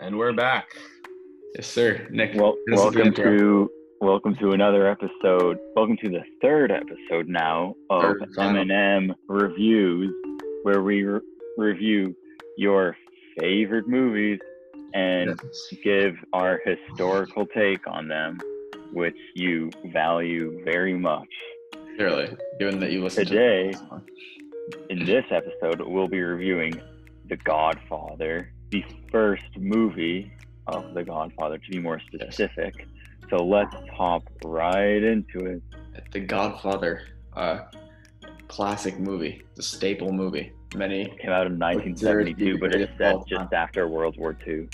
And we're back. Yes, sir. Nick. Well, this is the welcome intro. to welcome to another episode. Welcome to the third episode now of Third and M final. and M reviews, where we re- review your favorite movies and Yes. give our historical take on them, which you value very much. Clearly, given that you listen Today- to In this episode, we'll be reviewing The Godfather, the first movie of The Godfather, to be more specific. So let's hop right into it. The Godfather, uh, classic movie, the staple movie. Many, came out in considered the 1972, but it's greatest set of all just after World War II.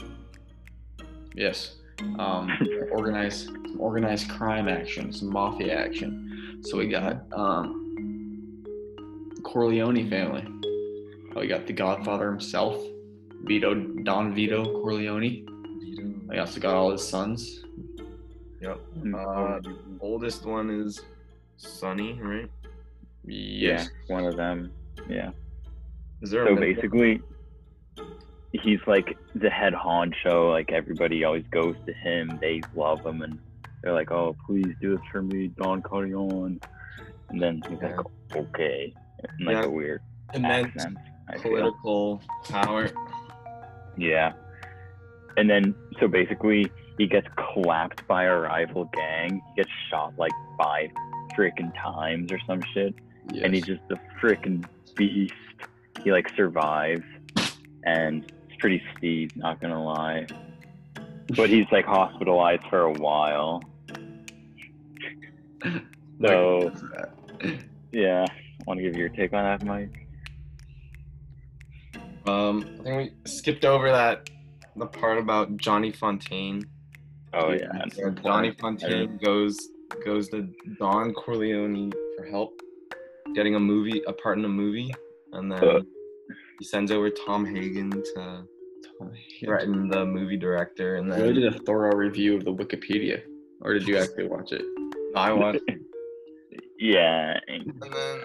yes. Um, organized, some organized crime action, some mafia action. So we got um, Corleone family. Oh, we got the Godfather himself, Vito, Don Vito Corleone. We also got all his sons. Yep. Uh, Um, oldest one is Sonny, right? Yes. Yeah, one of them. Yeah. Is there So middle- basically, he's like the head honcho. Like everybody always goes to him. They love him, and they're like, "Oh, please do this for me, Don Corleone." And then he's like, "Okay," in like Yeah. a weird immense accent. I feel. political power? Yeah. And then, so basically, he gets clapped by a rival gang. He gets shot like five freaking times or some shit. yes. And he's just a freaking beast. He like survives. And it's pretty steep, not gonna lie. But he's like hospitalized for a while. So, yeah. Want to give your take on that, Mike? Um, I think we skipped over that the part about Johnny Fontaine. Oh, yeah. Where Johnny Fontaine goes goes to Don Corleone for help, getting a movie, a part in a movie, and then Uh. he sends over Tom Hagen to Right. threaten the movie director, and I then did a thorough review of the Wikipedia, or did you actually watch it? I watched, Yeah. and then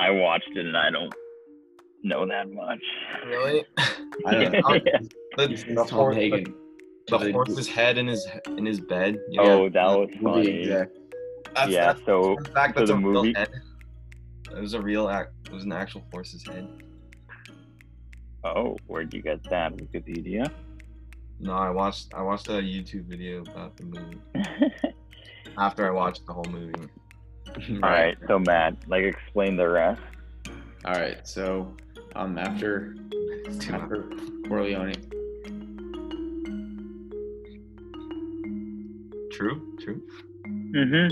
I watched it and I don't know that much. really, I don't know. the, He's the, Tom horse, the, Hagen. horse's head in his in his bed. you know? Oh, that was Movie funny. Yeah, exec. that's, so in fact, so that's the a movie- real head. It was a real act. It was an actual horse's head. oh, where'd you get that? Wikipedia? No, I watched I watched a YouTube video about the movie after I watched the whole movie. Alright, so Matt, like explain the rest. All right. So, um, after It's too much. after Corleone, True, true. Mm-hmm.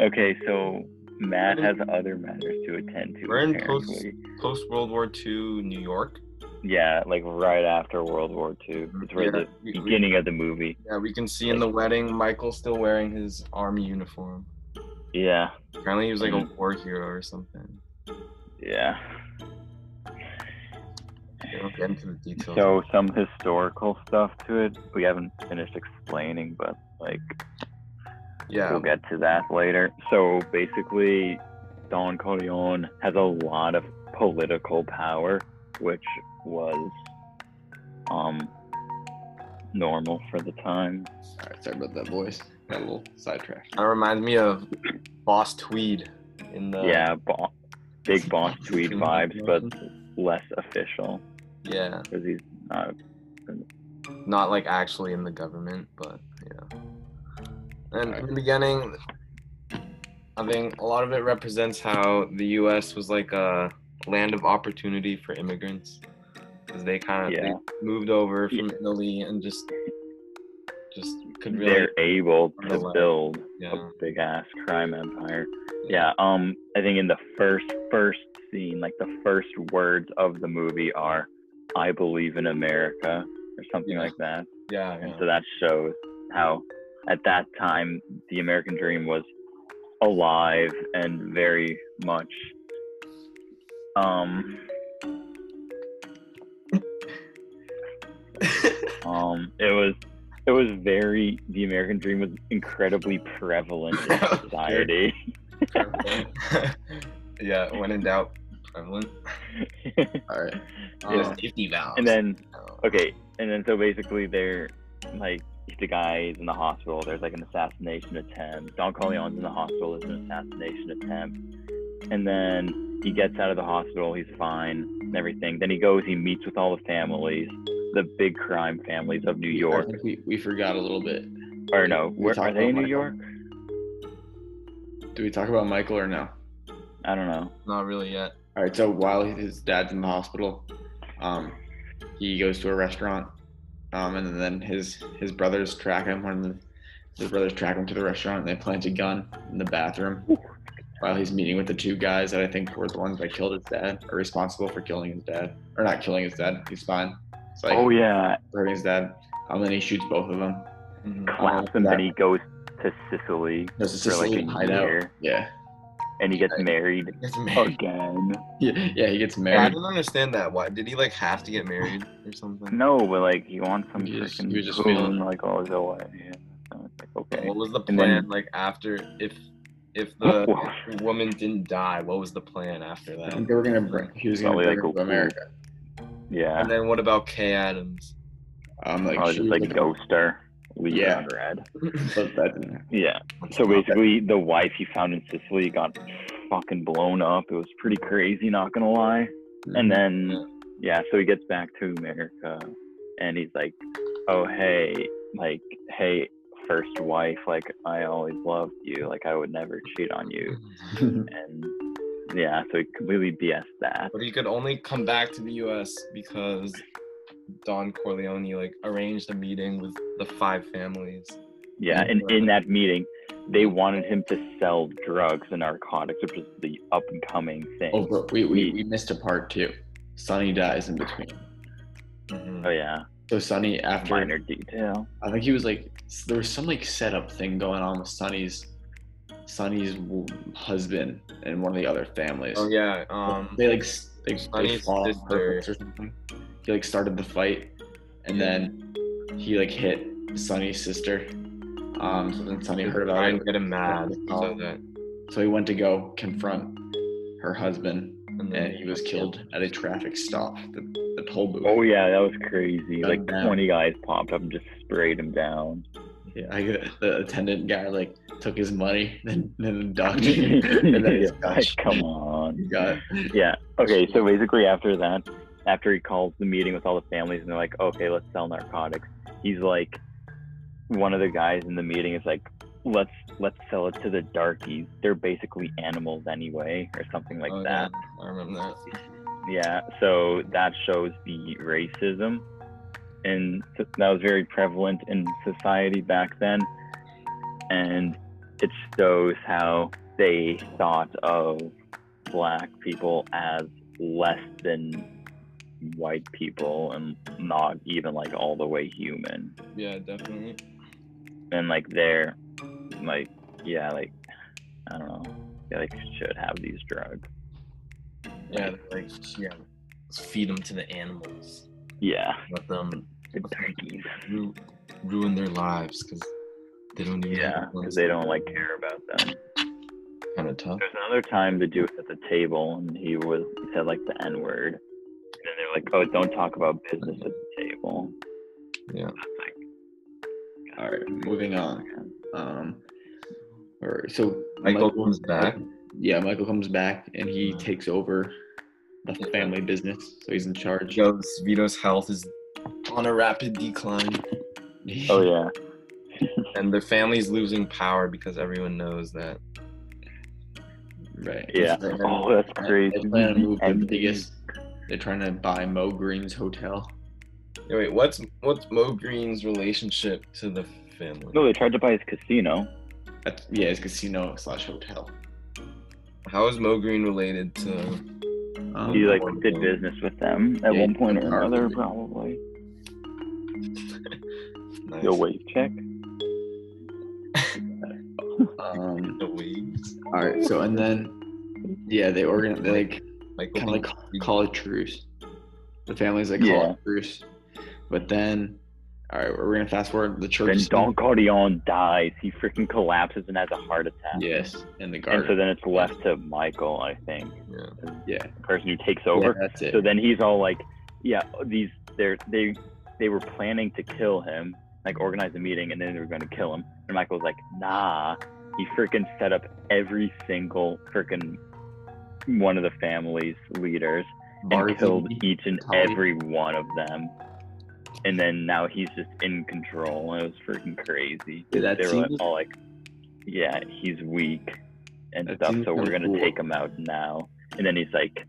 Okay, so Matt has other matters to attend to. We're in post- apparently. Post World War II New York. Yeah, like right after World War II. It's right Yeah, at we- the we- beginning of the movie. Yeah, we can see in the wedding Michael still wearing his army uniform. Yeah, Apparently he was like a war hero or something. yeah. They don't get into the details. So some historical stuff to it. We haven't finished explaining, but like yeah. We'll get to that later. So basically, Don Corleone has a lot of political power, which was um, normal for the time. all right. Sorry about that voice. Got a little sidetracked. That reminds me of Boss Tweed in the yeah, bo- big boss tweet vibes, but less official Yeah. because he's not. Not like actually in the government, but yeah. And in Alright. the beginning I think a lot of it represents how the US was like a land of opportunity for immigrants. Because they kind of Yeah. moved over from Italy and just just could really They're able to Really? build yeah. a big ass crime empire. Yeah, um, I think in the first first scene, like the first words of the movie are, "I believe in America" or something Yeah. like that, Yeah, and yeah. so that shows how, at that time, the American dream was alive and very much, um, um, it was. It was very the American dream was incredibly prevalent in society. yeah, when in doubt, prevalent. All right. Um, Yeah. safety valve. and then Okay, and then so basically they're like the guy's in the hospital. There's like an assassination attempt. Don Corleone's in the hospital. There's an assassination attempt, and then he gets out of the hospital. He's fine and everything. Then he goes. He meets with all the families, the big crime families of New I York. think we, we forgot a little bit. Or no, We where, talked are they in about New York? Do we talk about Michael or no? I don't know. Not really yet. All right. So while his dad's in the hospital, um, he goes to a restaurant, um, and then his his brothers track him. One of the, his brothers track him to the restaurant, and they plant a gun in the bathroom while he's meeting with the two guys that I think were the ones that killed his dad, or responsible for killing his dad, or not killing his dad. He's fine. It's like Oh yeah, hurting his dad. Um, then he shoots both of them. Mhm. claps, uh, and then he goes to Sicily There's a for like Sicilian a hideout. year, Yeah. and he gets married That's Oh. amazing. again. yeah, yeah, he gets Yeah, I married. don't understand that. Why did he like have to get married or something? No, but like he wants some You just- freaking you just boom, feeling- like all his way. Yeah. So it's like okay. What was the And then- plan like after if if the woman didn't die? What was the plan after I that? think they were gonna bring. He was gonna Probably, bring like, her to a- America. Yeah. And then what about Kay Adams? Um, like, Probably she just was like looking- ghoster. Leave Yeah. yeah. red. but that didn't happen. Yeah. So basically, the wife he found in Sicily got fucking blown up. It was pretty crazy, not gonna lie. And then, yeah, so he gets back to America and he's like, oh, hey, like, hey, first wife, like, I always loved you. Like, I would never cheat on you. And yeah, so he completely BS that. But he could only come back to the U.S. because Don Corleone like arranged a meeting with the five families. Yeah, and in that meeting, they wanted him to sell drugs and narcotics, which is the up and coming thing. Oh, bro, we, we, we missed a part too. Sonny dies in between. Mhm. Oh, yeah, So Sonny, after minor detail. I think he was like, s- there was some like setup thing going on with Sonny's Sonny's w- husband and one of the other families. Oh yeah. Um. they like s- they, they Sonny's fought on sister- purpose or something. He like started the fight, and Yeah. then he like hit Sonny's sister. Um, so then Sonny heard about trying it, to get him mad so Oh. that so he went to go confront her husband, and then and he was killed at a traffic stop. The, the toll booth. Oh yeah, that was crazy. Done Like that. twenty guys popped up and just sprayed him down. Yeah, I, the attendant guy like took his money, then then the doctor, and then his like, gosh, come on. he got Yeah. Okay. So basically, after that, after he calls the meeting with all the families, and they're like, "Okay, let's sell narcotics." He's like, one of the guys in the meeting is like, "Let's let's sell it to the darkies. They're basically animals anyway, or something like Oh, that." yeah, I remember that. Yeah, so that shows the racism, and so- that was very prevalent in society back then. And it shows how they thought of black people as less than white people and not even like all the way human. Yeah, definitely. And like they're like, yeah, like, I don't know, they like should have these drugs. Yeah, like yeah, let's feed them to the animals. Yeah, Let them the darkies. ru- ruin their lives because they don't even. Yeah, because they don't like care about them. Kind of tough. There's another time the dude was at the table and he was he said like the N word. And then they're like, Oh, don't talk about business at the table. Yeah. That's all right. Moving on. like Um, all right, so Michael comes back. Yeah, Michael comes back and he Mhm. Mm. takes over the Yeah. family business, so he's in charge. Joe's Vito's health is on a rapid decline, Oh yeah. and their family's losing power because everyone knows that. right. Yeah. So then Oh, that's They crazy. plan to move to And- Vegas. They're trying to buy Mo Green's hotel. Yeah, wait, what's what's Mo Green's relationship to the family? No, they tried to buy his casino. That's, yeah, it's casino slash hotel. How is Mo Green related to? Um, He like Lord, did no. business with them at Yeah, one point or probably. another probably. Nice. Yo wave check. um, The waves. all right. So and then yeah, they organ they like Michael kind of like Bean. call a truce. The families like Yeah. call a truce, but then, all right, we're gonna fast forward. The church. Then Don Corleone dies. He freaking collapses and has a heart attack. Yes, and the And guard. so then it's left to Michael, I think. Yeah. yeah, The person who takes yeah, over. that's it. So then he's all like, "Yeah, these they're they they were planning to kill him, like organize a meeting, and then they were going to kill him. And Michael was like, nah. He freaking set up every single freaking one of the family's leaders Barty, and killed each and Tully. every one of them. And then now he's just in control. and It was freaking crazy. Dude, that they were seems- like, all like, yeah, he's weak and That stuff, seems so we're kinda gonna cool. take him out now. And then he's like,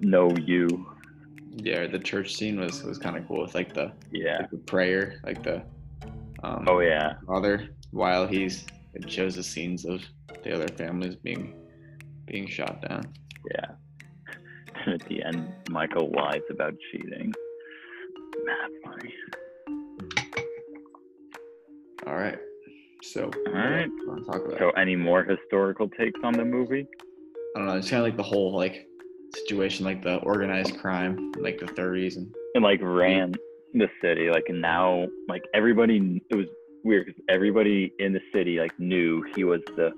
no, you. yeah, the church scene was was kind of cool with like the, Yeah. like, the prayer, like the um, Oh, yeah. father, while he's it shows the scenes of the other families being being shot down. Yeah. And at the end, Michael lies about cheating. Mad funny. All right, so All right. I'll talk about. So, any more historical takes on the movie? I don't know. It's kind of like the whole like situation, like the organized crime, in, like the 30s, and and like ran the city like and now like everybody it was weird 'cause everybody in the city like knew he was the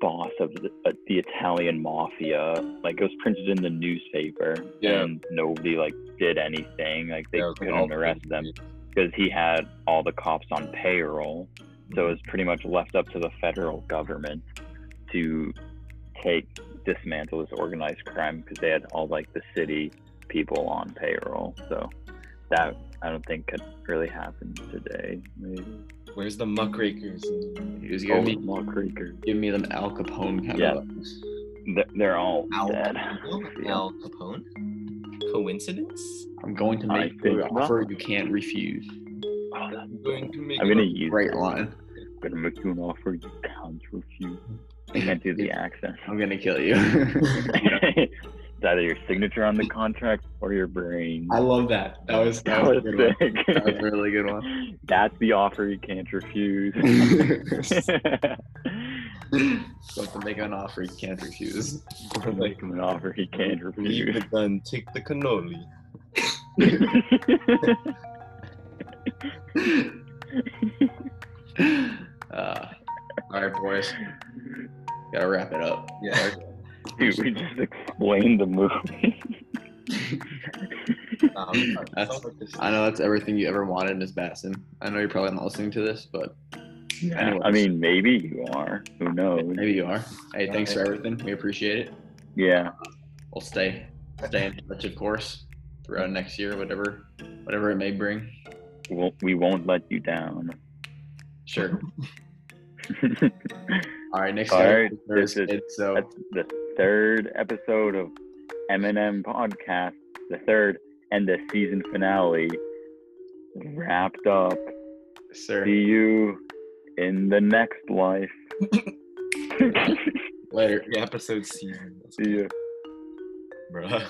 boss of the, uh, the italian mafia like it was printed in the newspaper Yeah. and nobody like did anything like they Yeah, it was, like, couldn't all the arrest them crazy because he had all the cops on payroll so it Mm-hmm. was pretty much left up to the federal government to take dismantle this organized crime because they had all like the city people on payroll so that i don't think could really happen today maybe people. Where's the muckrakers? he was oh, giving me Mall Creeker. giving me them Al Capone kind Yeah. of. They're, they're all Al, dead Al Capone? Coincidence? I'm going to I make you think an offer you can't refuse. Oh, that's- I'm going to make i'm gonna use Great line. i'm gonna make you an offer you can't refuse i can't do the accent I'm gonna kill you. it's either your signature on the contract or your brain I love that. That was that That was, was a good one. sick. That was a really good one. That's the offer you can't refuse. But to make him an offer he can't refuse. Make him an offer he can't Leave refuse. the gun, take the cannoli. Uh, all right, boys, gotta wrap it up. Yeah. Dude, we just explained the movie. Um, That's- I know that's everything you ever wanted, Miss Basson. I know you're probably not listening to this, but anyways, I mean, maybe you are. Who knows? maybe you are. Hey, thanks for everything. We appreciate it. Yeah. We'll stay, stay in touch, of course, throughout next year, whatever, whatever it may bring. We'll, we won't let you down. Sure. All right, next All time. right, this is- it's, so That's the third episode of Eminem Podcast, the third and the season finale wrapped up. sir. See you in the next life. See Later. episode season, you. bruh.